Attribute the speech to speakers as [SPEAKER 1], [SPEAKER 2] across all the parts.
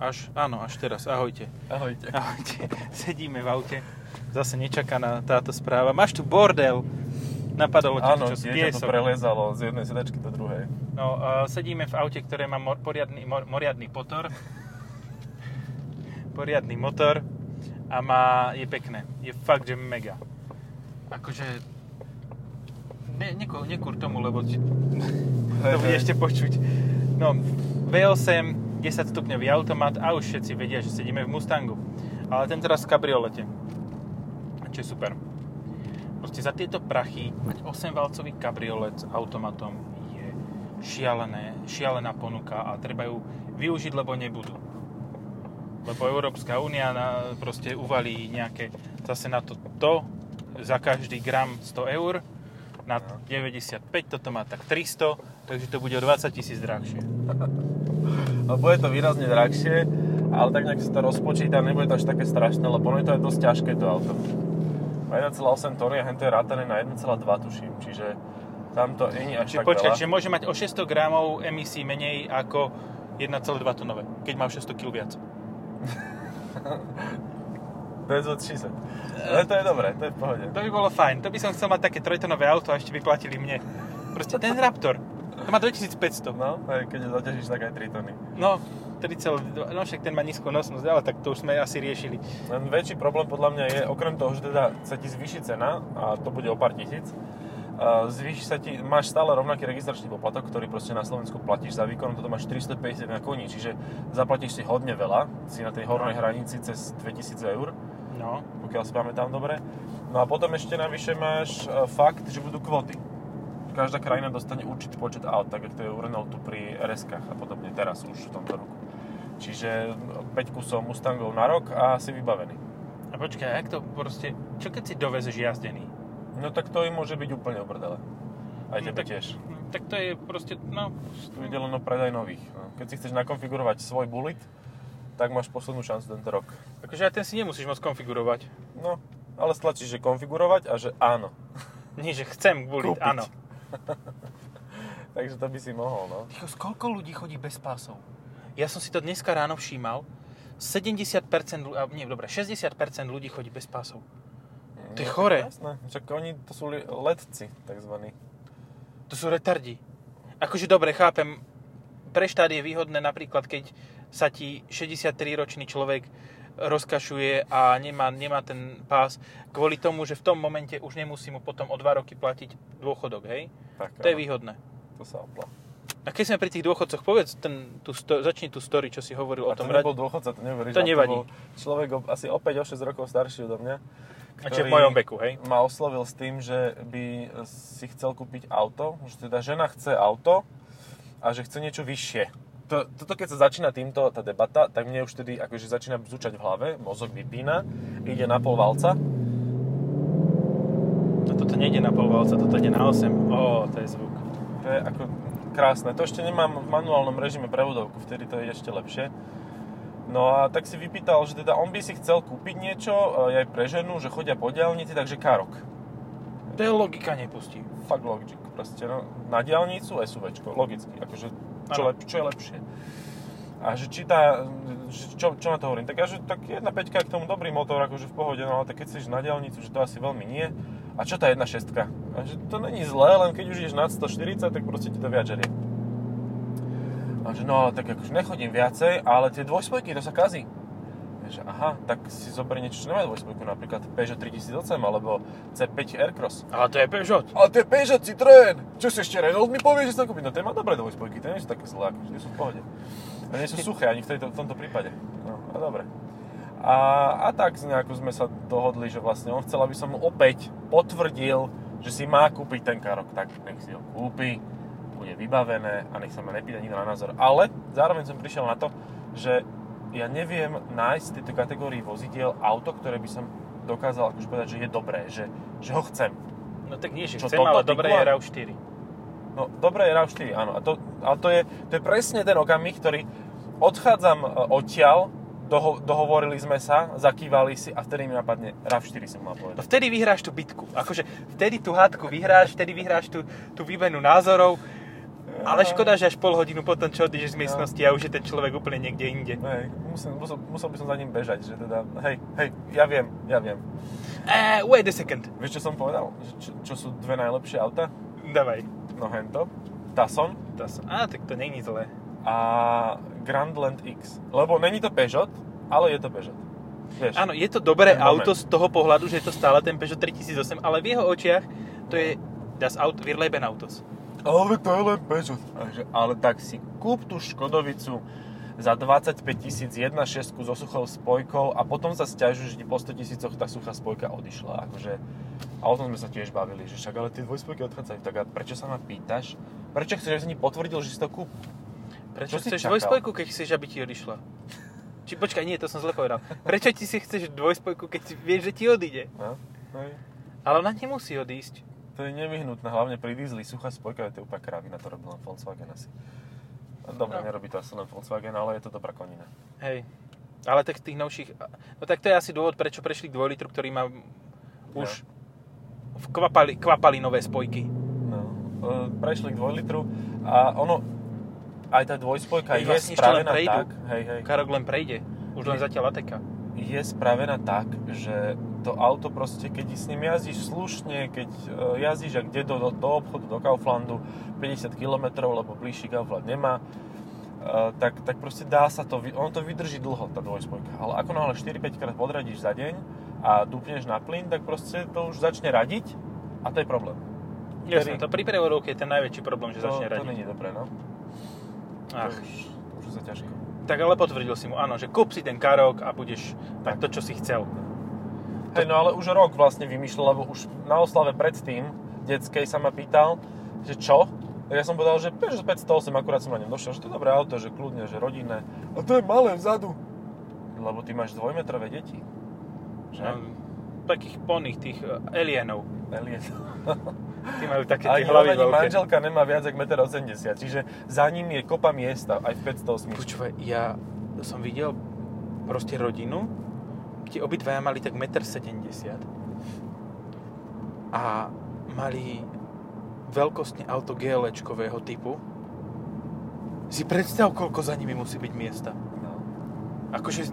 [SPEAKER 1] Až, áno, až teraz. Ahojte.
[SPEAKER 2] Ahojte.
[SPEAKER 1] Ahojte. Sedíme v aute. Zase nečakaná táto správa. Máš tu bordel. Napadalo ťa
[SPEAKER 2] Áno,
[SPEAKER 1] čo?
[SPEAKER 2] dieťa
[SPEAKER 1] piesok?
[SPEAKER 2] to prelezalo z jednej sedačky do druhej.
[SPEAKER 1] No, a sedíme v aute, ktoré má mor- poriadny, mor- moriadny motor. poriadny motor. A má, je pekné. Je fakt, že mega. Akože... Ne, neku, nekur tomu, lebo ti, to bude ešte počuť. No, V8, 10 stupňový automat a už všetci vedia, že sedíme v Mustangu. Ale ten teraz v kabriolete. Čo je super. Proste za tieto prachy mať 8-valcový kabriolet s automatom je šialené, šialená ponuka a treba ju využiť, lebo nebudú. Lebo Európska únia na, proste uvalí nejaké zase na to to, za každý gram 100 eur, na 95, toto má tak 300, takže to bude o 20 tisíc drahšie.
[SPEAKER 2] No, bude to výrazne drahšie, ale tak nejak sa to rozpočíta, nebude to až také strašné, lebo ono je to aj dosť ťažké to auto. Má 1,8 tony a hento je rátané na 1,2 tuším, čiže tam to nie je až
[SPEAKER 1] Čiže
[SPEAKER 2] tak
[SPEAKER 1] počkaj,
[SPEAKER 2] veľa.
[SPEAKER 1] čiže môže mať o 600 gramov emisí menej ako 1,2 tonové, keď má 600 kg viac.
[SPEAKER 2] To je zod 60. Ale to je dobré, to je v pohode.
[SPEAKER 1] To by bolo fajn, to by som chcel mať také trojtonové auto a ešte by platili mne. Proste ten Raptor, to má 2500.
[SPEAKER 2] No, hej, keď ho zaťažíš, tak aj 3 tony.
[SPEAKER 1] No, 3,2, no však ten má nízku nosnosť, ale tak to už sme asi riešili.
[SPEAKER 2] Len väčší problém podľa mňa je, okrem toho, že teda sa ti zvýši cena, a to bude o pár tisíc, a zvýši sa ti, máš stále rovnaký registračný poplatok, ktorý proste na Slovensku platíš za výkon, toto máš 350 na koní, čiže zaplatíš si hodne veľa, si na tej hornej hranici cez 2000 eur,
[SPEAKER 1] No,
[SPEAKER 2] pokiaľ si pamätám dobre. No a potom ešte navyše máš e, fakt, že budú kvoty. Každá krajina dostane určitý počet aut, tak ako to je u Renaultu pri rs a podobne teraz už v tomto roku. Čiže 5 kusov Mustangov na rok a si vybavený.
[SPEAKER 1] a počkaj, a jak to proste, čo keď si dovezeš jazdený?
[SPEAKER 2] No tak to im môže byť úplne obrdele.
[SPEAKER 1] No
[SPEAKER 2] Aj tebe
[SPEAKER 1] tak-
[SPEAKER 2] tiež.
[SPEAKER 1] Tak to je proste, no,
[SPEAKER 2] Tu ide len o predaj nových. No. Keď si chceš nakonfigurovať svoj bullet, tak máš poslednú šancu tento rok.
[SPEAKER 1] akože aj ten si nemusíš moc konfigurovať.
[SPEAKER 2] No, ale stlačíš, že konfigurovať a že áno.
[SPEAKER 1] Nie, že chcem buliť,
[SPEAKER 2] Kúpiť.
[SPEAKER 1] áno.
[SPEAKER 2] Takže to by si mohol, no.
[SPEAKER 1] Tycho, z koľko ľudí chodí bez pásov? Ja som si to dneska ráno všímal. 70%, ľu- a nie, dobre, 60% ľudí chodí bez pásov. To je
[SPEAKER 2] No,
[SPEAKER 1] chore.
[SPEAKER 2] Jasné, však oni to sú li- letci, takzvaní.
[SPEAKER 1] To sú retardi. Akože dobre, chápem, pre štát je výhodné napríklad, keď sa ti 63-ročný človek rozkašuje a nemá, nemá ten pás kvôli tomu, že v tom momente už nemusí mu potom o dva roky platiť dôchodok, hej?
[SPEAKER 2] Tak,
[SPEAKER 1] To je
[SPEAKER 2] áno,
[SPEAKER 1] výhodné.
[SPEAKER 2] To sa opla.
[SPEAKER 1] A keď sme pri tých dôchodcoch, povedz, ten, tú sto, začni tú story, čo si hovoril o
[SPEAKER 2] A
[SPEAKER 1] tom.
[SPEAKER 2] to nebol dôchodca, to neveríš.
[SPEAKER 1] To
[SPEAKER 2] ale
[SPEAKER 1] nevadí.
[SPEAKER 2] bol človek o, asi o 5 o 6 rokov starší odo mňa.
[SPEAKER 1] A čo je v mojom veku, hej?
[SPEAKER 2] ma oslovil s tým, že by si chcel kúpiť auto, že teda žena chce auto a že chce niečo vyššie. To, toto keď sa začína týmto tá debata, tak mne už tedy akože začína bzučať v hlave, mozog vypína, ide na pol valca.
[SPEAKER 1] No toto nejde na polvalca, toto ide na 8. Ó, to je zvuk.
[SPEAKER 2] To je ako krásne. To ešte nemám v manuálnom režime prevodovku, vtedy to je ešte lepšie. No a tak si vypýtal, že teda on by si chcel kúpiť niečo, e, aj pre ženu, že chodia po diálnici, takže karok.
[SPEAKER 1] To je logika nepustí.
[SPEAKER 2] Fakt logic, proste no, na diálnicu SUVčko, logicky, akože čo,
[SPEAKER 1] Áno.
[SPEAKER 2] lep, čo je lepšie. A že či tá, že čo, čo na to hovorím, tak, ja, že, tak 1.5 je k tomu dobrý motor, akože v pohode, no ale tak keď chceš na diálnicu, že to asi veľmi nie. A čo tá 1.6? A že to není zlé, len keď už ideš nad 140, tak proste ti to viac žerie. A že no, ale tak akože nechodím viacej, ale tie dvojspojky, to sa kazí. Ja, Že aha, tak si zober niečo, čo nemá dvojspojku, napríklad Peugeot 3008 alebo C5 Aircross.
[SPEAKER 1] Ale to je Peugeot.
[SPEAKER 2] Ale to je Peugeot Citroën. Čo si ešte Renault mi povie, že sa kúpi? No ten má dobré dvojspojky, ten nie sú také zlé, akože tie sú v pohode. A nie sú suché ani v, tejto, v tomto prípade. No, a dobre. A, a tak nejako sme sa dohodli, že vlastne on chcel, aby som mu opäť potvrdil, že si má kúpiť ten karok. Tak nech si ho kúpi, bude vybavené a nech sa ma nepýta nikto na názor. Ale zároveň som prišiel na to, že ja neviem nájsť v tejto kategórii vozidiel auto, ktoré by som dokázal akože povedať, že je dobré, že, že ho chcem.
[SPEAKER 1] No tak nie, že
[SPEAKER 2] Čo,
[SPEAKER 1] chcem,
[SPEAKER 2] toto
[SPEAKER 1] ale
[SPEAKER 2] ty
[SPEAKER 1] dobre je
[SPEAKER 2] klam?
[SPEAKER 1] RAV4.
[SPEAKER 2] No, dobre je RAV4, áno. A to, ale to je, to je presne ten okamih, ktorý odchádzam e, odtiaľ, doho, dohovorili sme sa, zakývali si a vtedy mi napadne RAV4 som mal
[SPEAKER 1] No
[SPEAKER 2] povedať.
[SPEAKER 1] vtedy vyhráš tú bitku. Akože vtedy tú hádku vyhráš, vtedy vyhráš tú, tú výmenu názorov. Ale škoda, že až pol hodinu potom, čo odídeš z miestnosti a už je ten človek úplne niekde inde.
[SPEAKER 2] Hej, musel, musel, musel by som za ním bežať, že teda, hej, hej, ja viem, ja viem.
[SPEAKER 1] Uh, wait a second.
[SPEAKER 2] Vieš, čo som povedal? Že Čo, čo sú dve najlepšie auta?
[SPEAKER 1] Davaj.
[SPEAKER 2] No hento, Tasson
[SPEAKER 1] To som... Á, tak to není zlé.
[SPEAKER 2] a Grandland X. Lebo není to Peugeot, ale je to Peugeot. Vieš?
[SPEAKER 1] Áno, je to dobré
[SPEAKER 2] Ten
[SPEAKER 1] auto
[SPEAKER 2] moment.
[SPEAKER 1] z toho pohľadu, že je to stále ten Peugeot 3008, ale v jeho očiach to je das Auto, wir leben Autos.
[SPEAKER 2] Ale to je len Peugeot. Takže, ale tak si kúp tú Škodovicu za 25 tisíc, jedna šestku so suchou spojkou a potom sa stiažujú, že ti po 100 tisícoch tá suchá spojka odišla. Akože, a o tom sme sa tiež bavili, že však ale tie dvojspojky odchádzajú. Tak a prečo sa ma pýtaš? Prečo chceš, aby som ti potvrdil, že si to kúp?
[SPEAKER 1] Prečo
[SPEAKER 2] Čo si
[SPEAKER 1] chceš
[SPEAKER 2] čakal?
[SPEAKER 1] dvojspojku, keď chceš, aby ti odišla? Či počkaj, nie, to som zle povedal. Prečo ti si chceš dvojspojku, keď si vieš, že ti odíde?
[SPEAKER 2] No, hej.
[SPEAKER 1] Ale ona nemusí odísť.
[SPEAKER 2] To je nevyhnutné, hlavne pri diesli. Suchá spojka je to úplne kravina, to robí len Volkswagen asi. A Dobre,
[SPEAKER 1] No.
[SPEAKER 2] nerobí to asi len Volkswagen, ale je to dobrá konina.
[SPEAKER 1] Hej. Ale tak tých novších... No tak to je asi dôvod, prečo prešli k dvojlitru, ktorý má už... Kvapali, kvapali nové spojky.
[SPEAKER 2] No, e, prešli k 2 litru a ono, aj tá dvojspojka
[SPEAKER 1] Hej,
[SPEAKER 2] je
[SPEAKER 1] vlastne ešte len
[SPEAKER 2] spravená
[SPEAKER 1] prejdú.
[SPEAKER 2] tak, hej, hej,
[SPEAKER 1] Karok len prejde. Už len zatiaľ Ateka.
[SPEAKER 2] je spravená tak, že to auto proste, keď s ním jazdíš slušne, keď e, jazdíš ak kde do, do, do obchodu, do Kauflandu 50 km, lebo bližší Kaufland nemá, e, tak, tak proste dá sa to, vy- ono to vydrží dlho, tá dvojspojka. Ale ako náhle 4-5 krát podradíš za deň a dupneš na plyn, tak proste to už začne radiť a to je problém.
[SPEAKER 1] Jasne, to pri prevodovke je ten najväčší problém, že začne
[SPEAKER 2] to, to
[SPEAKER 1] radiť.
[SPEAKER 2] není dobré, no.
[SPEAKER 1] Ach.
[SPEAKER 2] To už, to už je za ťažké.
[SPEAKER 1] Tak ale potvrdil si mu, áno, že kúp si ten karok a budeš mať to, čo si chcel.
[SPEAKER 2] Hej, no ale už rok vlastne vymýšľal, lebo už na oslave predtým, detskej, sa ma pýtal, že čo? Tak ja som povedal, že Peugeot 508, akurát som na ňom došiel, že to je dobré auto, že kľudne, že rodinné. A to je malé vzadu. Lebo ty máš dvojmetrové deti. Že?
[SPEAKER 1] No, takých poných, tých eh, alienov.
[SPEAKER 2] Elie.
[SPEAKER 1] Tí majú také tie
[SPEAKER 2] Ani,
[SPEAKER 1] hlavy
[SPEAKER 2] on, ani
[SPEAKER 1] veľké.
[SPEAKER 2] manželka nemá viac ako 1,80 m, čiže za ním je kopa miesta, aj v 508.
[SPEAKER 1] Počúvaj, ja som videl proste rodinu, kde obidvaja mali tak 1,70 m. A mali veľkostne auto GLčkového typu. Si predstav, koľko za nimi musí byť miesta.
[SPEAKER 2] No.
[SPEAKER 1] Akože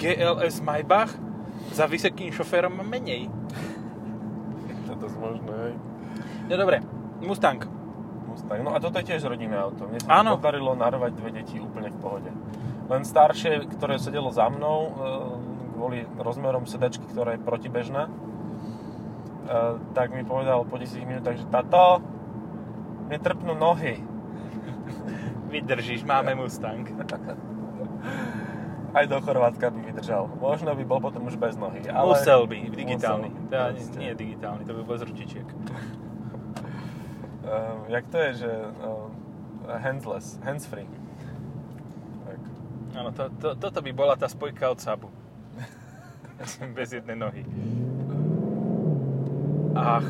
[SPEAKER 1] GLS Maybach za vysokým šoférom má menej.
[SPEAKER 2] To je dosť možné, hej.
[SPEAKER 1] No dobre, Mustang.
[SPEAKER 2] Mustang. No a toto je tiež rodinné auto. Mne sa
[SPEAKER 1] Áno.
[SPEAKER 2] Áno. podarilo narvať dve deti úplne v pohode. Len staršie, ktoré sedelo za mnou, e, kvôli rozmerom sedačky, ktorá je protibežná, e, tak mi povedal po 10 minútach, že tato, mne trpnú nohy.
[SPEAKER 1] Vydržíš, máme Mustang.
[SPEAKER 2] Aj do Chorvátska by vydržal. Možno by bol potom už bez nohy. Ale...
[SPEAKER 1] Musel by, digitálny.
[SPEAKER 2] Musel,
[SPEAKER 1] Teda nie,
[SPEAKER 2] proste. Eh,
[SPEAKER 1] nie digitálny, to by bol z ručičiek.
[SPEAKER 2] Ehm, jak to je, že ehm, handsless, handsfree. Tak.
[SPEAKER 1] Áno, to, to, toto by bola tá spojka od Sabu. Bez jednej nohy. Ach,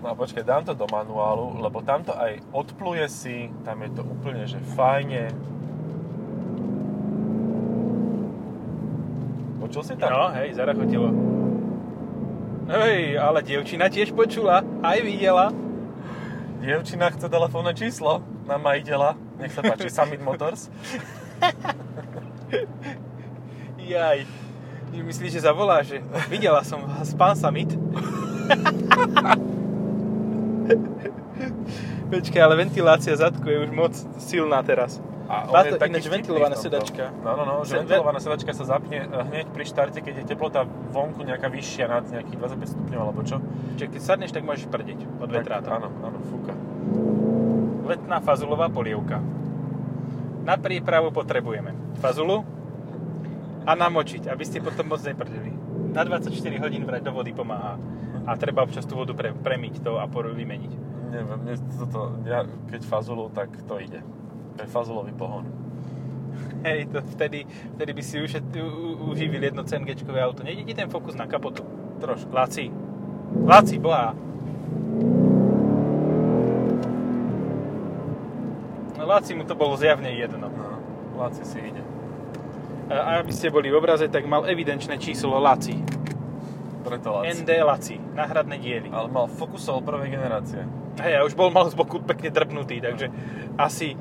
[SPEAKER 2] No a počkaj, dám to do manuálu, lebo tamto aj odpluje si, tam je to úplne, že fajne. Počul si tam?
[SPEAKER 1] no hej, zarachotilo. Hej, ale dievčina tiež počula, aj videla.
[SPEAKER 2] Dievčina chce telefónne číslo na majiteľa. Nech sa páči, Summit Motors.
[SPEAKER 1] Jaj, myslíš, že zavolá, že videla som vás, pán Samit? Počkaj, ale ventilácia zadku je už moc silná teraz.
[SPEAKER 2] A
[SPEAKER 1] Má
[SPEAKER 2] on
[SPEAKER 1] to
[SPEAKER 2] je taký
[SPEAKER 1] ináč
[SPEAKER 2] vtipný
[SPEAKER 1] ventilovaná
[SPEAKER 2] v tomto.
[SPEAKER 1] sedačka.
[SPEAKER 2] No, no, no, že
[SPEAKER 1] Se-
[SPEAKER 2] ventilovaná sedačka sa zapne eh, hneď pri štarte, keď je teplota vonku nejaká vyššia nad nejakých 25 stupňov alebo čo.
[SPEAKER 1] Čiže keď sadneš, tak môžeš prdeť od vetra.
[SPEAKER 2] Tak, áno, áno, fúka.
[SPEAKER 1] Letná fazulová polievka. Na prípravu potrebujeme fazulu a namočiť, aby ste potom moc neprdeli. Na 24 hodín vrať do vody pomáha. A treba občas tú vodu pre, premyť to a por- vymeniť.
[SPEAKER 2] Neviem, mne toto, ja, keď fazulu, tak to ide. To je fazulový pohon.
[SPEAKER 1] Hej, to vtedy, vtedy by si ušet, u, u, uživil jedno CNGčkové auto. Nejde ti ten fokus na kapotu?
[SPEAKER 2] Trošku.
[SPEAKER 1] Laci. Laci, boha. Laci mu to bolo zjavne jedno.
[SPEAKER 2] No, Laci si ide.
[SPEAKER 1] A aby ste boli v obraze, tak mal evidenčné číslo Laci.
[SPEAKER 2] Preto Laci.
[SPEAKER 1] ND Laci, náhradné diely.
[SPEAKER 2] Ale mal Focusov prvej generácie.
[SPEAKER 1] Hej, a už bol mal z boku pekne drbnutý, takže asi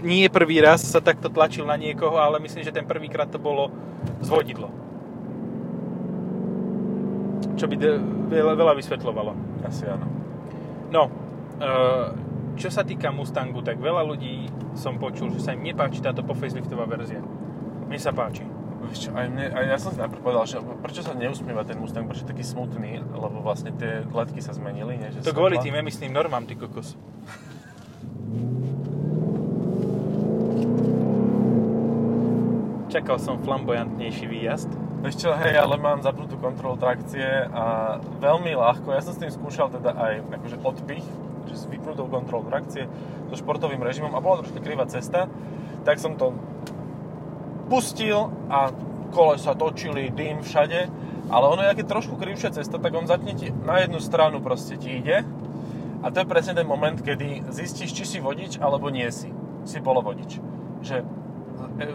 [SPEAKER 1] nie prvý raz sa takto tlačil na niekoho, ale myslím, že ten prvýkrát to bolo zvodidlo. Čo by de- veľa, veľa vysvetľovalo.
[SPEAKER 2] Asi áno.
[SPEAKER 1] No, e, čo sa týka Mustangu, tak veľa ľudí som počul, že sa im nepáči táto pofaceliftová verzia. Mne sa páči.
[SPEAKER 2] Vieš čo, aj, mne, aj ja som si najprv povedal, že prečo sa neusmieva ten Mustang, prečo je taký smutný, lebo vlastne tie letky sa zmenili, nie? Že
[SPEAKER 1] To kvôli
[SPEAKER 2] svetla.
[SPEAKER 1] tým emisným normám, ty kokos. Čakal som flamboyantnejší výjazd.
[SPEAKER 2] Vieš čo, hej, ale mám zapnutú kontrolu trakcie a veľmi ľahko, ja som s tým skúšal teda aj akože odpich, že s vypnutou kontrolou trakcie, so športovým režimom a bola troška krivá cesta, tak som to pustil a kolesa točili, dym všade, ale ono je aké trošku krivšia cesta, tak on zatne ti na jednu stranu proste ti ide a to je presne ten moment, kedy zistíš, či si vodič alebo nie si. Si polovodič. Že e,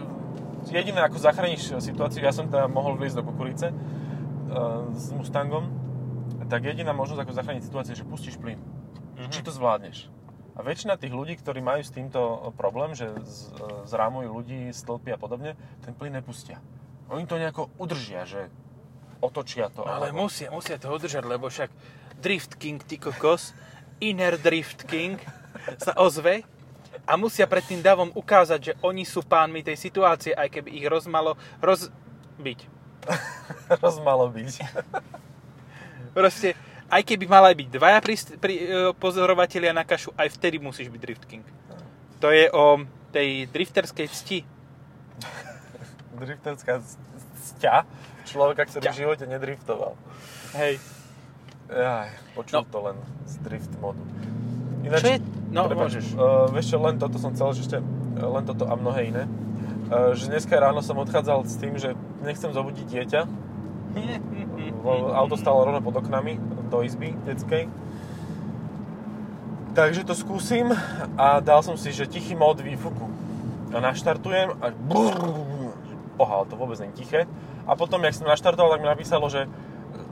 [SPEAKER 2] jediné, ako zachrániš situáciu, ja som teda mohol vliesť do kukurice e, s Mustangom, tak jediná možnosť, ako zachrániť situáciu, je, že pustíš plyn
[SPEAKER 1] Mhm.
[SPEAKER 2] či to zvládneš. A väčšina tých ľudí, ktorí majú s týmto problém, že z, e, zrámujú ľudí, stĺpy a podobne, ten plyn nepustia. Oni to nejako udržia, že otočia to.
[SPEAKER 1] Ale
[SPEAKER 2] alebo-
[SPEAKER 1] musia, musia to udržať, lebo však Drift King, ty kokos, Inner Drift King sa ozve a musia pred tým davom ukázať, že oni sú pánmi tej situácie, aj keby ich rozmalo rozbiť.
[SPEAKER 2] rozmalo byť.
[SPEAKER 1] Proste, aj keby mala byť dvaja pri, pri, e, pozorovatelia na kašu, aj vtedy musíš byť Drift King. To je o tej drifterskej cti.
[SPEAKER 2] Drifterská z- z- sťa človeka, ktorý
[SPEAKER 1] Sťa.
[SPEAKER 2] v živote nedriftoval.
[SPEAKER 1] Hej.
[SPEAKER 2] Jaj, počul
[SPEAKER 1] No.
[SPEAKER 2] to len z drift modu.
[SPEAKER 1] Čo je... No,
[SPEAKER 2] Prepáč,
[SPEAKER 1] môžeš.
[SPEAKER 2] Uh, vieš čo, len toto som chcel že ešte, uh, len toto a mnohé iné. Uh, že dneska ráno som odchádzal s tým, že nechcem zobudiť dieťa. Lebo Auto stálo rovno pod oknami do izby detskej. Takže to skúsim a dal som si, že tichý mód výfuku. A naštartujem a brrrr, boha, ale to vôbec nie je tiché. A potom, jak som naštartoval, tak mi napísalo, že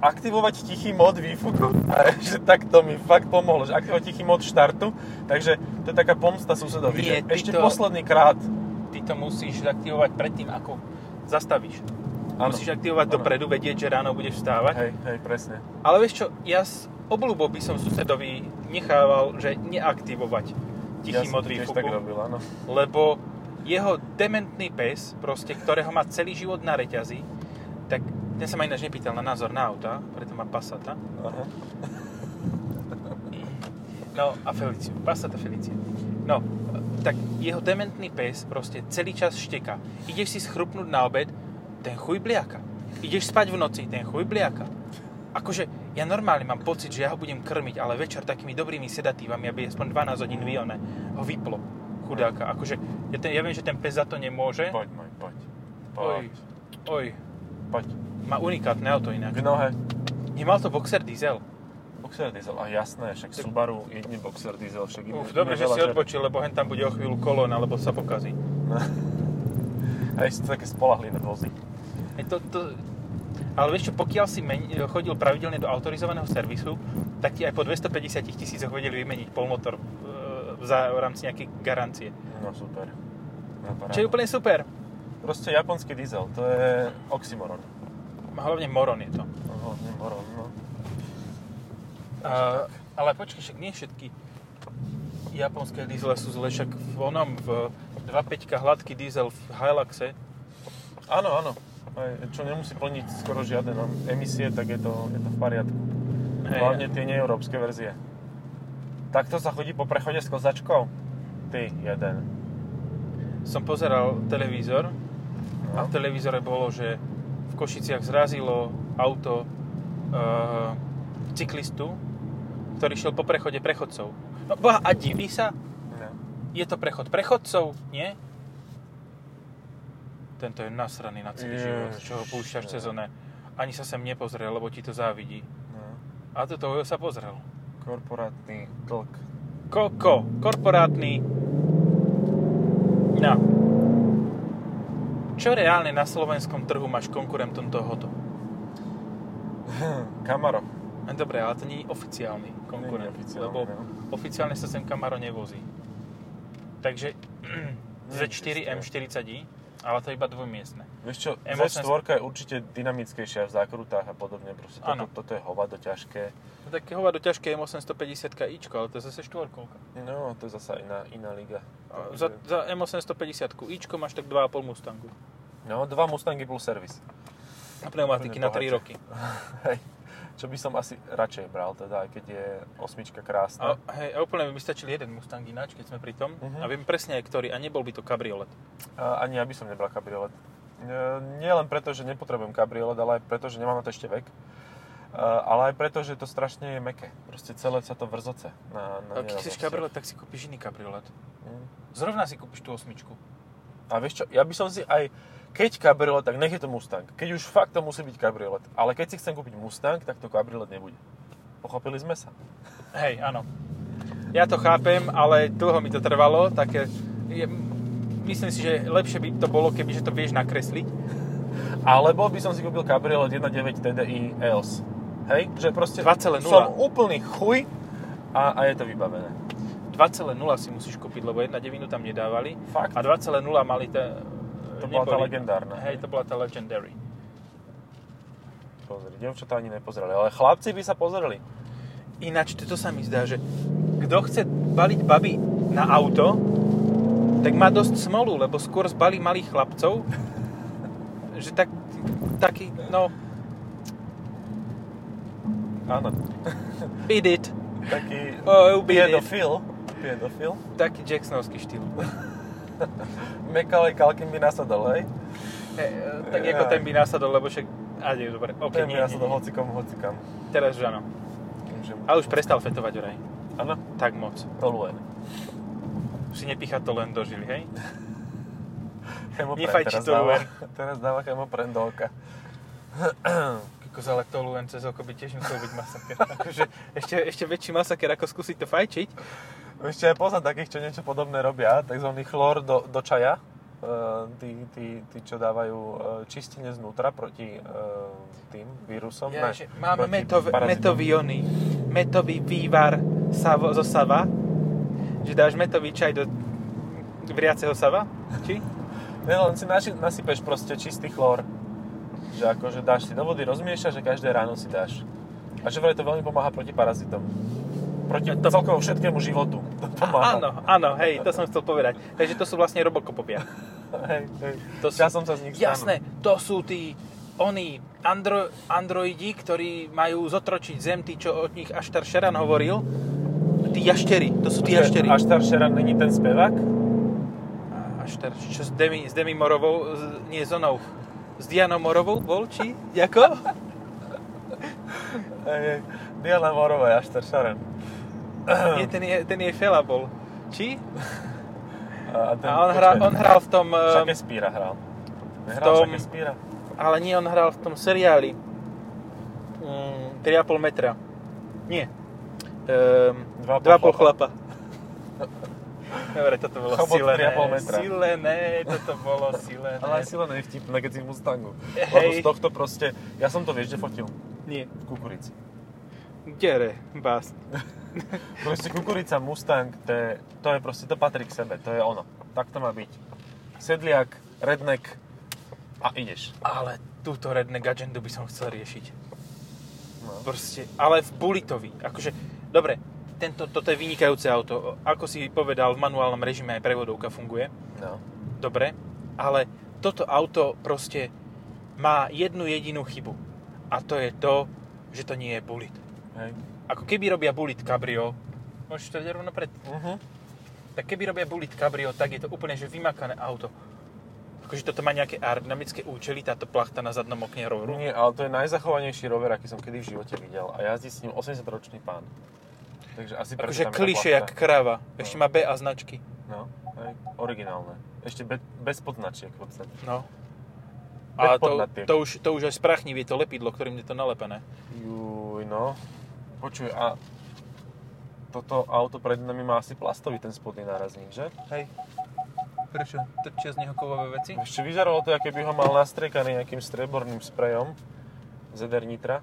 [SPEAKER 2] aktivovať tichý mód výfuku. A že tak to mi fakt pomohlo, že aktivovať tichý mód štartu. Takže to je taká pomsta susedovi,
[SPEAKER 1] Nie,
[SPEAKER 2] že
[SPEAKER 1] ty
[SPEAKER 2] ešte
[SPEAKER 1] to-
[SPEAKER 2] posledný krát.
[SPEAKER 1] Ty to musíš aktivovať predtým, ako zastavíš.
[SPEAKER 2] Áno.
[SPEAKER 1] Musíš aktivovať
[SPEAKER 2] Áno.
[SPEAKER 1] dopredu, vedieť, že ráno budeš vstávať.
[SPEAKER 2] Hej, hej, presne.
[SPEAKER 1] Ale vieš čo, ja s obľubou by som susedovi nechával, že neaktivovať tichý
[SPEAKER 2] ja som to
[SPEAKER 1] modrý
[SPEAKER 2] tiež tak
[SPEAKER 1] fuku,
[SPEAKER 2] robil, áno.
[SPEAKER 1] lebo jeho dementný pes, proste, ktorého má celý život na reťazi, tak ten sa ma ináč nepýtal na názor na auta, preto má Passata.
[SPEAKER 2] Aha.
[SPEAKER 1] No a Feliciu, Passata Felicia. No, tak jeho dementný pes proste celý čas šteka. Ideš si schrupnúť na obed, ten chuj bliaka. Ideš spať v noci, ten chuj bliaka. Akože ja normálne mám pocit, že ja ho budem krmiť, ale večer takými dobrými sedatívami, aby aspoň 12 hodín vyone, ho vyplo chudáka. Akože ja, ten, ja viem, že ten pes za to nemôže.
[SPEAKER 2] Poď, môj, poď.
[SPEAKER 1] Oj,
[SPEAKER 2] Poď,
[SPEAKER 1] oj,
[SPEAKER 2] poď.
[SPEAKER 1] má unikátne auto
[SPEAKER 2] K
[SPEAKER 1] inak.
[SPEAKER 2] nohe.
[SPEAKER 1] Nemal to boxer diesel.
[SPEAKER 2] Boxer diesel, a jasné, však
[SPEAKER 1] Tak-
[SPEAKER 2] Subaru jedne boxer diesel, však iné,
[SPEAKER 1] Uf, dobre,
[SPEAKER 2] iné
[SPEAKER 1] že
[SPEAKER 2] veľa
[SPEAKER 1] si
[SPEAKER 2] žiadne.
[SPEAKER 1] odbočil, lebo hen tam bude o chvíľu kolón, alebo sa pokazí.
[SPEAKER 2] A ešte také spolahlivé vozy.
[SPEAKER 1] Je To, to, ale vieš čo, pokiaľ si men, chodil pravidelne do autorizovaného servisu, tak ti aj po 250 tisícoch vedeli vymeniť polmotor e, za, v rámci nejakej garancie.
[SPEAKER 2] No super. No,
[SPEAKER 1] Čo je
[SPEAKER 2] paráda.
[SPEAKER 1] úplne super.
[SPEAKER 2] Proste japonský diesel, to je oxymoron.
[SPEAKER 1] Hlavne moron je to.
[SPEAKER 2] No, nie moron, no.
[SPEAKER 1] Uh, ale počkaj, však nie všetky japonské diesele sú zle, však v onom v 2.5 hladký diesel v Hiluxe,
[SPEAKER 2] Áno, áno. Aj, čo nemusí plniť skoro žiadne no, emisie, tak je to, je to v poriadku.
[SPEAKER 1] Hej.
[SPEAKER 2] Hlavne tie neeurópske verzie. Takto sa chodí po prechode s kozačkou? Ty, jeden.
[SPEAKER 1] som pozeral televízor
[SPEAKER 2] No,
[SPEAKER 1] a v televízore bolo, že v Košiciach zrazilo auto e, cyklistu, ktorý šiel po prechode prechodcov. No boha, a diví sa,
[SPEAKER 2] No.
[SPEAKER 1] je to prechod prechodcov, nie? Tento je nasraný na celý
[SPEAKER 2] Ježiš.
[SPEAKER 1] život, čo ho púšťaš cez one. Ani sa sem nepozrel, lebo ti to závidí.
[SPEAKER 2] no.
[SPEAKER 1] A toto Ojo sa pozrel.
[SPEAKER 2] Korporátny tlk.
[SPEAKER 1] Koko, korporátny. No. Čo reálne na slovenskom trhu máš konkurentom tohoto?
[SPEAKER 2] Camaro.
[SPEAKER 1] Dobre, ale to nie je oficiálny konkurent,
[SPEAKER 2] Není oficiálny,
[SPEAKER 1] lebo
[SPEAKER 2] no.
[SPEAKER 1] oficiálne sa sem Camaro nevozí. Takže Z4
[SPEAKER 2] Neexistuje.
[SPEAKER 1] M40i, ale to je iba dvojmiestne.
[SPEAKER 2] Vieš čo,
[SPEAKER 1] Emočné-
[SPEAKER 2] Z4 je určite dynamickejšia v zákrutách a podobne. Proste
[SPEAKER 1] Áno.
[SPEAKER 2] toto, toto je hovado ťažké.
[SPEAKER 1] No tak hova do ťažké M850ičko, ale to je zase štvorkolka.
[SPEAKER 2] No, to je zasa iná, iná liga.
[SPEAKER 1] A Za, za M850 ičko máš tak 2,5 Mustangu.
[SPEAKER 2] No, dva Mustangy plus servis.
[SPEAKER 1] A pneumatiky na
[SPEAKER 2] Úplne
[SPEAKER 1] 3
[SPEAKER 2] bohaté.
[SPEAKER 1] roky.
[SPEAKER 2] Hej. Čo by som asi radšej bral, teda, aj keď je osmička
[SPEAKER 1] A,
[SPEAKER 2] krásna.
[SPEAKER 1] hej, a úplne by mi stačil jeden Mustang ináč, keď sme pri tom.
[SPEAKER 2] Mhm.
[SPEAKER 1] A viem presne aj ktorý. A nebol by to kabriolet.
[SPEAKER 2] A ani ja by som nebral kabriolet. E, Nie len preto, že nepotrebujem kabriolet, ale aj preto, že nemám na to ešte vek. E, Ale aj preto, že to strašne je meké. Proste celé sa to vrzoce. Na,
[SPEAKER 1] A
[SPEAKER 2] na
[SPEAKER 1] keď chceš
[SPEAKER 2] nerovnostiach.
[SPEAKER 1] kabriolet, tak si kúpiš iný kabriolet.
[SPEAKER 2] Mm.
[SPEAKER 1] Zrovna si kúpiš tú osmičku.
[SPEAKER 2] A vieš čo, ja by som si aj, keď kabriolet, tak nech je to Mustang. Keď už fakt to musí byť kabriolet. Ale keď si chcem kúpiť Mustang, tak to kabriolet nebude. Pochopili sme sa.
[SPEAKER 1] Hej, áno. Ja to chápem, ale dlho mi to trvalo. Také, je, myslím si, že lepšie by to bolo, keby že to vieš nakresliť.
[SPEAKER 2] Alebo by som si kúpil kabriolet 1.9 TDI EOS. Hej, že proste
[SPEAKER 1] 2,0.
[SPEAKER 2] som úplný chuj a, a je to vybavené.
[SPEAKER 1] 2,0 si musíš kúpiť, lebo 1.9 tam nedávali.
[SPEAKER 2] Fakt.
[SPEAKER 1] A 2,0 mali... Tá,
[SPEAKER 2] To bola tá legendárna.
[SPEAKER 1] Hej, to bola tá legendary.
[SPEAKER 2] Pozri, devčatá ani nepozerali, ale chlapci by sa pozreli.
[SPEAKER 1] Ináč, toto sa mi zdá, že kto chce baliť baby na auto, tak má dosť smolu, lebo skôr zbalí malých chlapcov, že tak, taký, no,
[SPEAKER 2] Áno,
[SPEAKER 1] beat it,
[SPEAKER 2] taký
[SPEAKER 1] oh, beat it,
[SPEAKER 2] pedofil. Pedofil.
[SPEAKER 1] taký Jacksonovský štýl. E,
[SPEAKER 2] Mekalej Kalkin by nasadol, hej?
[SPEAKER 1] E, tak ako ten by nasadol, lebo však, a nie, dobre, ok,
[SPEAKER 2] Ten
[SPEAKER 1] nie,
[SPEAKER 2] by
[SPEAKER 1] nie,
[SPEAKER 2] nasadol
[SPEAKER 1] nie,
[SPEAKER 2] hocikom, hocikam.
[SPEAKER 1] teraz už áno.
[SPEAKER 2] Kýmže mu-
[SPEAKER 1] Ale už prestal fetovať oraj,
[SPEAKER 2] Áno,
[SPEAKER 1] tak moc.
[SPEAKER 2] tolujen.
[SPEAKER 1] Už si nepícha to len do žily, hej?
[SPEAKER 2] Chemopren
[SPEAKER 1] Nefajči
[SPEAKER 2] teraz
[SPEAKER 1] to,
[SPEAKER 2] dáva,
[SPEAKER 1] Luer.
[SPEAKER 2] teraz dáva chemopren do oka.
[SPEAKER 1] Kokos, ale to len cez oko by tiež musel byť masaker. Akože ešte, ešte väčší masaker, ako skúsiť to fajčiť.
[SPEAKER 2] Ešte aj poznám takých, čo niečo podobné robia, takzvaný chlór do, do čaja. Eh, Tí, tí, tí, čo dávajú eh, čistenie znútra proti eh, tým vírusom.
[SPEAKER 1] Ja,
[SPEAKER 2] ne,
[SPEAKER 1] že máme
[SPEAKER 2] proti
[SPEAKER 1] metov,
[SPEAKER 2] parazitom.
[SPEAKER 1] metový ony, metový vývar savo, zo sava, že dáš metový čaj do vriaceho sava, či?
[SPEAKER 2] Ne, len si naši, nasypeš proste čistý chlór. Že akože dáš si do vody, rozmiešaš že každé ráno si dáš. A že vraj to veľmi pomáha proti parazitom. Proti
[SPEAKER 1] Ja to-
[SPEAKER 2] to... celkovo všetkému životu. To pomáha.
[SPEAKER 1] Áno, áno, hej, to som chcel povedať. Takže to sú vlastne robokopovia.
[SPEAKER 2] Hej, hej.
[SPEAKER 1] To sú-
[SPEAKER 2] Časom sa z nich
[SPEAKER 1] Jasné, to sú tí oni andro, androidi, ktorí majú zotročiť zem, tí, čo od nich Aštar Šeran hovoril. Tí jaštery, to sú tí jaštery.
[SPEAKER 2] Až Šeran není ten spevák?
[SPEAKER 1] Aštar, čo s Demi, s Demi Morovou, z, nie s onou, s Dianou Morovou bol, či? Jako?
[SPEAKER 2] Hej, hej. Diana Morová, Aštar Šeran.
[SPEAKER 1] Nie, ten, je, ten jej fela bol. Či?
[SPEAKER 2] A, ten,
[SPEAKER 1] A on, hra,
[SPEAKER 2] počkaj,
[SPEAKER 1] on hral v tom... ehm,
[SPEAKER 2] Shakespearea hral. Nehral
[SPEAKER 1] tom-
[SPEAKER 2] Shakespearea?
[SPEAKER 1] ale nie, on hral v tom seriáli. Mm, 3,5 metra. Nie. Um,
[SPEAKER 2] Dva a pol
[SPEAKER 1] 2,5 chlapa.
[SPEAKER 2] chlapa.
[SPEAKER 1] Dobre, toto bolo
[SPEAKER 2] Chobot
[SPEAKER 1] silené.
[SPEAKER 2] 3,5 metra.
[SPEAKER 1] Silené, toto bolo silené.
[SPEAKER 2] Ale aj sila nevtipné, keď si v Mustangu.
[SPEAKER 1] Hej.
[SPEAKER 2] Lebo z tohto proste... Ja som to vieš, kde fotil?
[SPEAKER 1] Nie.
[SPEAKER 2] V kukurici.
[SPEAKER 1] Dere, bás.
[SPEAKER 2] Proste kukurica Mustang, to je, to je proste, to patrí k sebe, to je ono. Tak to má byť. Sedliak, redneck a ideš.
[SPEAKER 1] Ale túto redneck agendu by som chcel riešiť.
[SPEAKER 2] No.
[SPEAKER 1] Proste, ale v Bullitovi. Akože, dobre, tento, toto je vynikajúce auto. Ako si povedal, v manuálnom režime aj prevodovka funguje.
[SPEAKER 2] no.
[SPEAKER 1] Dobre, ale toto auto proste má jednu jedinú chybu. A to je to, že to nie je Bullet.
[SPEAKER 2] Hej.
[SPEAKER 1] Ako keby robia Bullet Cabrio, môžeš to vedieť rovno pred...
[SPEAKER 2] Uh-huh.
[SPEAKER 1] Tak keby robia Bullet Cabrio, tak je to úplne že vymakané auto. Akože toto má nejaké aerodynamické účely, táto plachta na zadnom okne roveru.
[SPEAKER 2] Nie, ale to je najzachovanejší rover, aký som kedy v živote videl. A jazdí s ním 80-ročný pán. Takže asi preto
[SPEAKER 1] Akože
[SPEAKER 2] tam je tá
[SPEAKER 1] kliše
[SPEAKER 2] plachta.
[SPEAKER 1] jak krava. Ešte má B a značky.
[SPEAKER 2] No, hej, originálne. Ešte be, bez podznačiek v podstate.
[SPEAKER 1] No.
[SPEAKER 2] Bez
[SPEAKER 1] Ale to,
[SPEAKER 2] podnatiek.
[SPEAKER 1] to, už, to už aj sprachniví to lepidlo, ktorým je to nalepené.
[SPEAKER 2] Juj, no. Počuj, a toto auto pred nami má asi plastový ten spodný nárazník, že?
[SPEAKER 1] Hej. Prečo? Trčia z neho kovové veci?
[SPEAKER 2] Ešte vyzeralo to, aké by ho mal nastriekaný nejakým streborným sprejom z Nitra.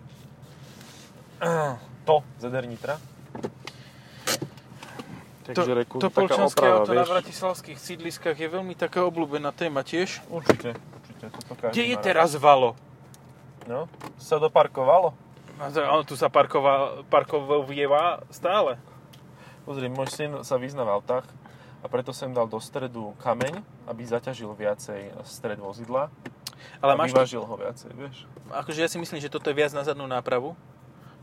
[SPEAKER 2] to ZR Nitra.
[SPEAKER 1] To,
[SPEAKER 3] Takže reku,
[SPEAKER 1] to
[SPEAKER 3] taká
[SPEAKER 1] polčanské
[SPEAKER 3] oprava,
[SPEAKER 1] auto na
[SPEAKER 3] vieš.
[SPEAKER 1] bratislavských sídliskách je veľmi taká obľúbená téma tiež.
[SPEAKER 2] Určite, určite. Toto každý
[SPEAKER 1] Kde je
[SPEAKER 2] má rád.
[SPEAKER 1] teraz Valo?
[SPEAKER 2] No, sa doparkovalo.
[SPEAKER 1] A to- Ono tu sa parkova, parkovieva stále.
[SPEAKER 2] Pozri, môj syn sa vyzna v autách a preto som dal do stredu kameň, aby zaťažil viacej stred vozidla
[SPEAKER 1] Ale
[SPEAKER 2] a
[SPEAKER 1] máš tu,
[SPEAKER 2] vyvážil ho viacej, vieš.
[SPEAKER 1] akože ja si myslím, že toto je viac na zadnú nápravu.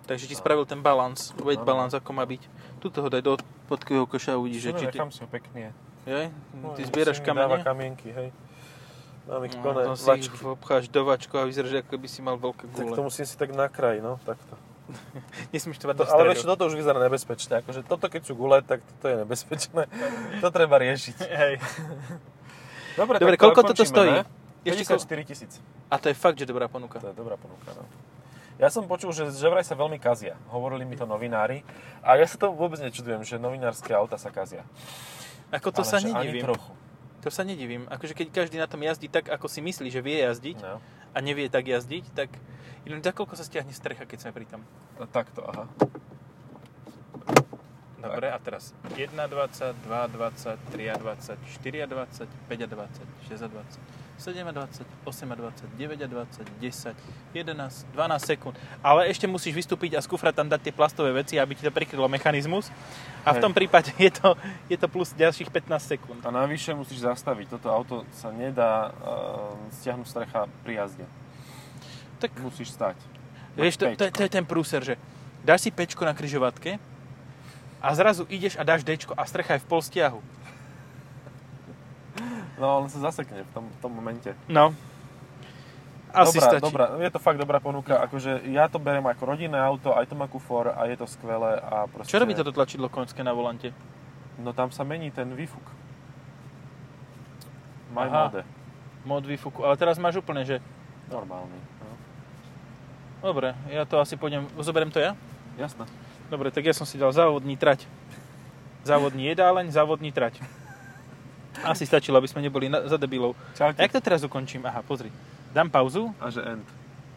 [SPEAKER 1] Takže ti spravil ten balans, weight
[SPEAKER 2] Áno.
[SPEAKER 1] balance, ako má byť. Tuto ho daj do podkového koša a uvidíš, že
[SPEAKER 2] Že
[SPEAKER 1] či ty...
[SPEAKER 2] No, nechám si ho pekne.
[SPEAKER 1] Jaj, ty
[SPEAKER 2] Môj
[SPEAKER 1] zbieraš
[SPEAKER 2] syn mi Dáva
[SPEAKER 1] kamene?
[SPEAKER 2] kamienky, hej. Mám ich plné
[SPEAKER 1] No, to si ich
[SPEAKER 2] vačky.
[SPEAKER 1] obcháš do vačku a vyzeráš, ako by si mal veľké
[SPEAKER 2] Tak
[SPEAKER 1] gule.
[SPEAKER 2] to musím si tak na kraj, no, takto.
[SPEAKER 1] Nesmíš to mať do
[SPEAKER 2] To, No, ale vieš,
[SPEAKER 1] stredu.
[SPEAKER 2] toto už vyzerá nebezpečné. Akože toto, keď sú gule, tak toto je nebezpečné. To treba riešiť.
[SPEAKER 1] Hej.
[SPEAKER 2] Dobre,
[SPEAKER 1] Dobre,
[SPEAKER 2] tak to
[SPEAKER 1] koľko toto
[SPEAKER 2] ukončíme,
[SPEAKER 1] stojí?
[SPEAKER 2] ne?
[SPEAKER 1] Ešte
[SPEAKER 2] 54
[SPEAKER 1] koľko-
[SPEAKER 2] tisíc.
[SPEAKER 1] A to je fakt, že dobrá ponuka.
[SPEAKER 2] To je dobrá ponuka, no. Ja som počul, že, že vraj sa veľmi kazia. Hovorili mi to novinári. A ja sa to vôbec nečudujem, že novinárske auta sa kazia.
[SPEAKER 1] Ako to
[SPEAKER 2] Ale
[SPEAKER 1] sa
[SPEAKER 2] že ani
[SPEAKER 1] nedivím.
[SPEAKER 2] trochu.
[SPEAKER 1] To sa nedivím. Akože keď každý na tom jazdí tak, ako si myslí, že vie jazdiť
[SPEAKER 2] No.
[SPEAKER 1] a nevie tak jazdiť, tak len za koľko sa stiahne strecha, keď sme pri tom.
[SPEAKER 2] No, Takto, aha.
[SPEAKER 1] Dobre, a teraz 1,20, 2,20, 3,20, 4,20, 5,20, 6,20, 7,20, 8,20, 9,20, 10, 11, 12 sekúnd. Ale ešte musíš vystúpiť a z kufra tam dať tie plastové veci, aby ti to prikrylo mechanizmus. A v
[SPEAKER 2] Hej.
[SPEAKER 1] tom prípade je to, je to plus ďalších 15 sekúnd.
[SPEAKER 2] A navyše musíš zastaviť. Toto auto sa nedá uh, stiahnuť strecha pri jazde.
[SPEAKER 1] Tak
[SPEAKER 2] Musíš stať.
[SPEAKER 1] Vieš, to, to, je- to je ten prúser, že dáš si pečko na kryžovatke a zrazu ideš a dáš dečko a strecha je v polstiahu.
[SPEAKER 2] No, on sa zasekne v tom, v tom momente.
[SPEAKER 1] No. Asi
[SPEAKER 2] dobrá,
[SPEAKER 1] stačí.
[SPEAKER 2] dobrá, je to fakt dobrá ponuka. Akože ja to beriem ako rodinné auto, aj to má kufor a je to skvelé. A proste,
[SPEAKER 1] Čo robí toto tlačidlo konské na volante?
[SPEAKER 2] No tam sa mení ten výfuk. Maj
[SPEAKER 1] Aha.
[SPEAKER 2] mode.
[SPEAKER 1] Mod výfuku. Ale teraz máš úplne, že...
[SPEAKER 2] Normálny. No.
[SPEAKER 1] Dobre, ja to asi pôjdem... Zoberiem to ja?
[SPEAKER 2] Jasné.
[SPEAKER 1] Dobre, tak ja som si dal závodní trať. Závodní jedáleň, závodní trať. Asi stačilo, aby sme neboli na, za debilov. A
[SPEAKER 2] Čaute.
[SPEAKER 1] jak to teraz ukončím? Aha, pozri. Dám pauzu,
[SPEAKER 2] A že end.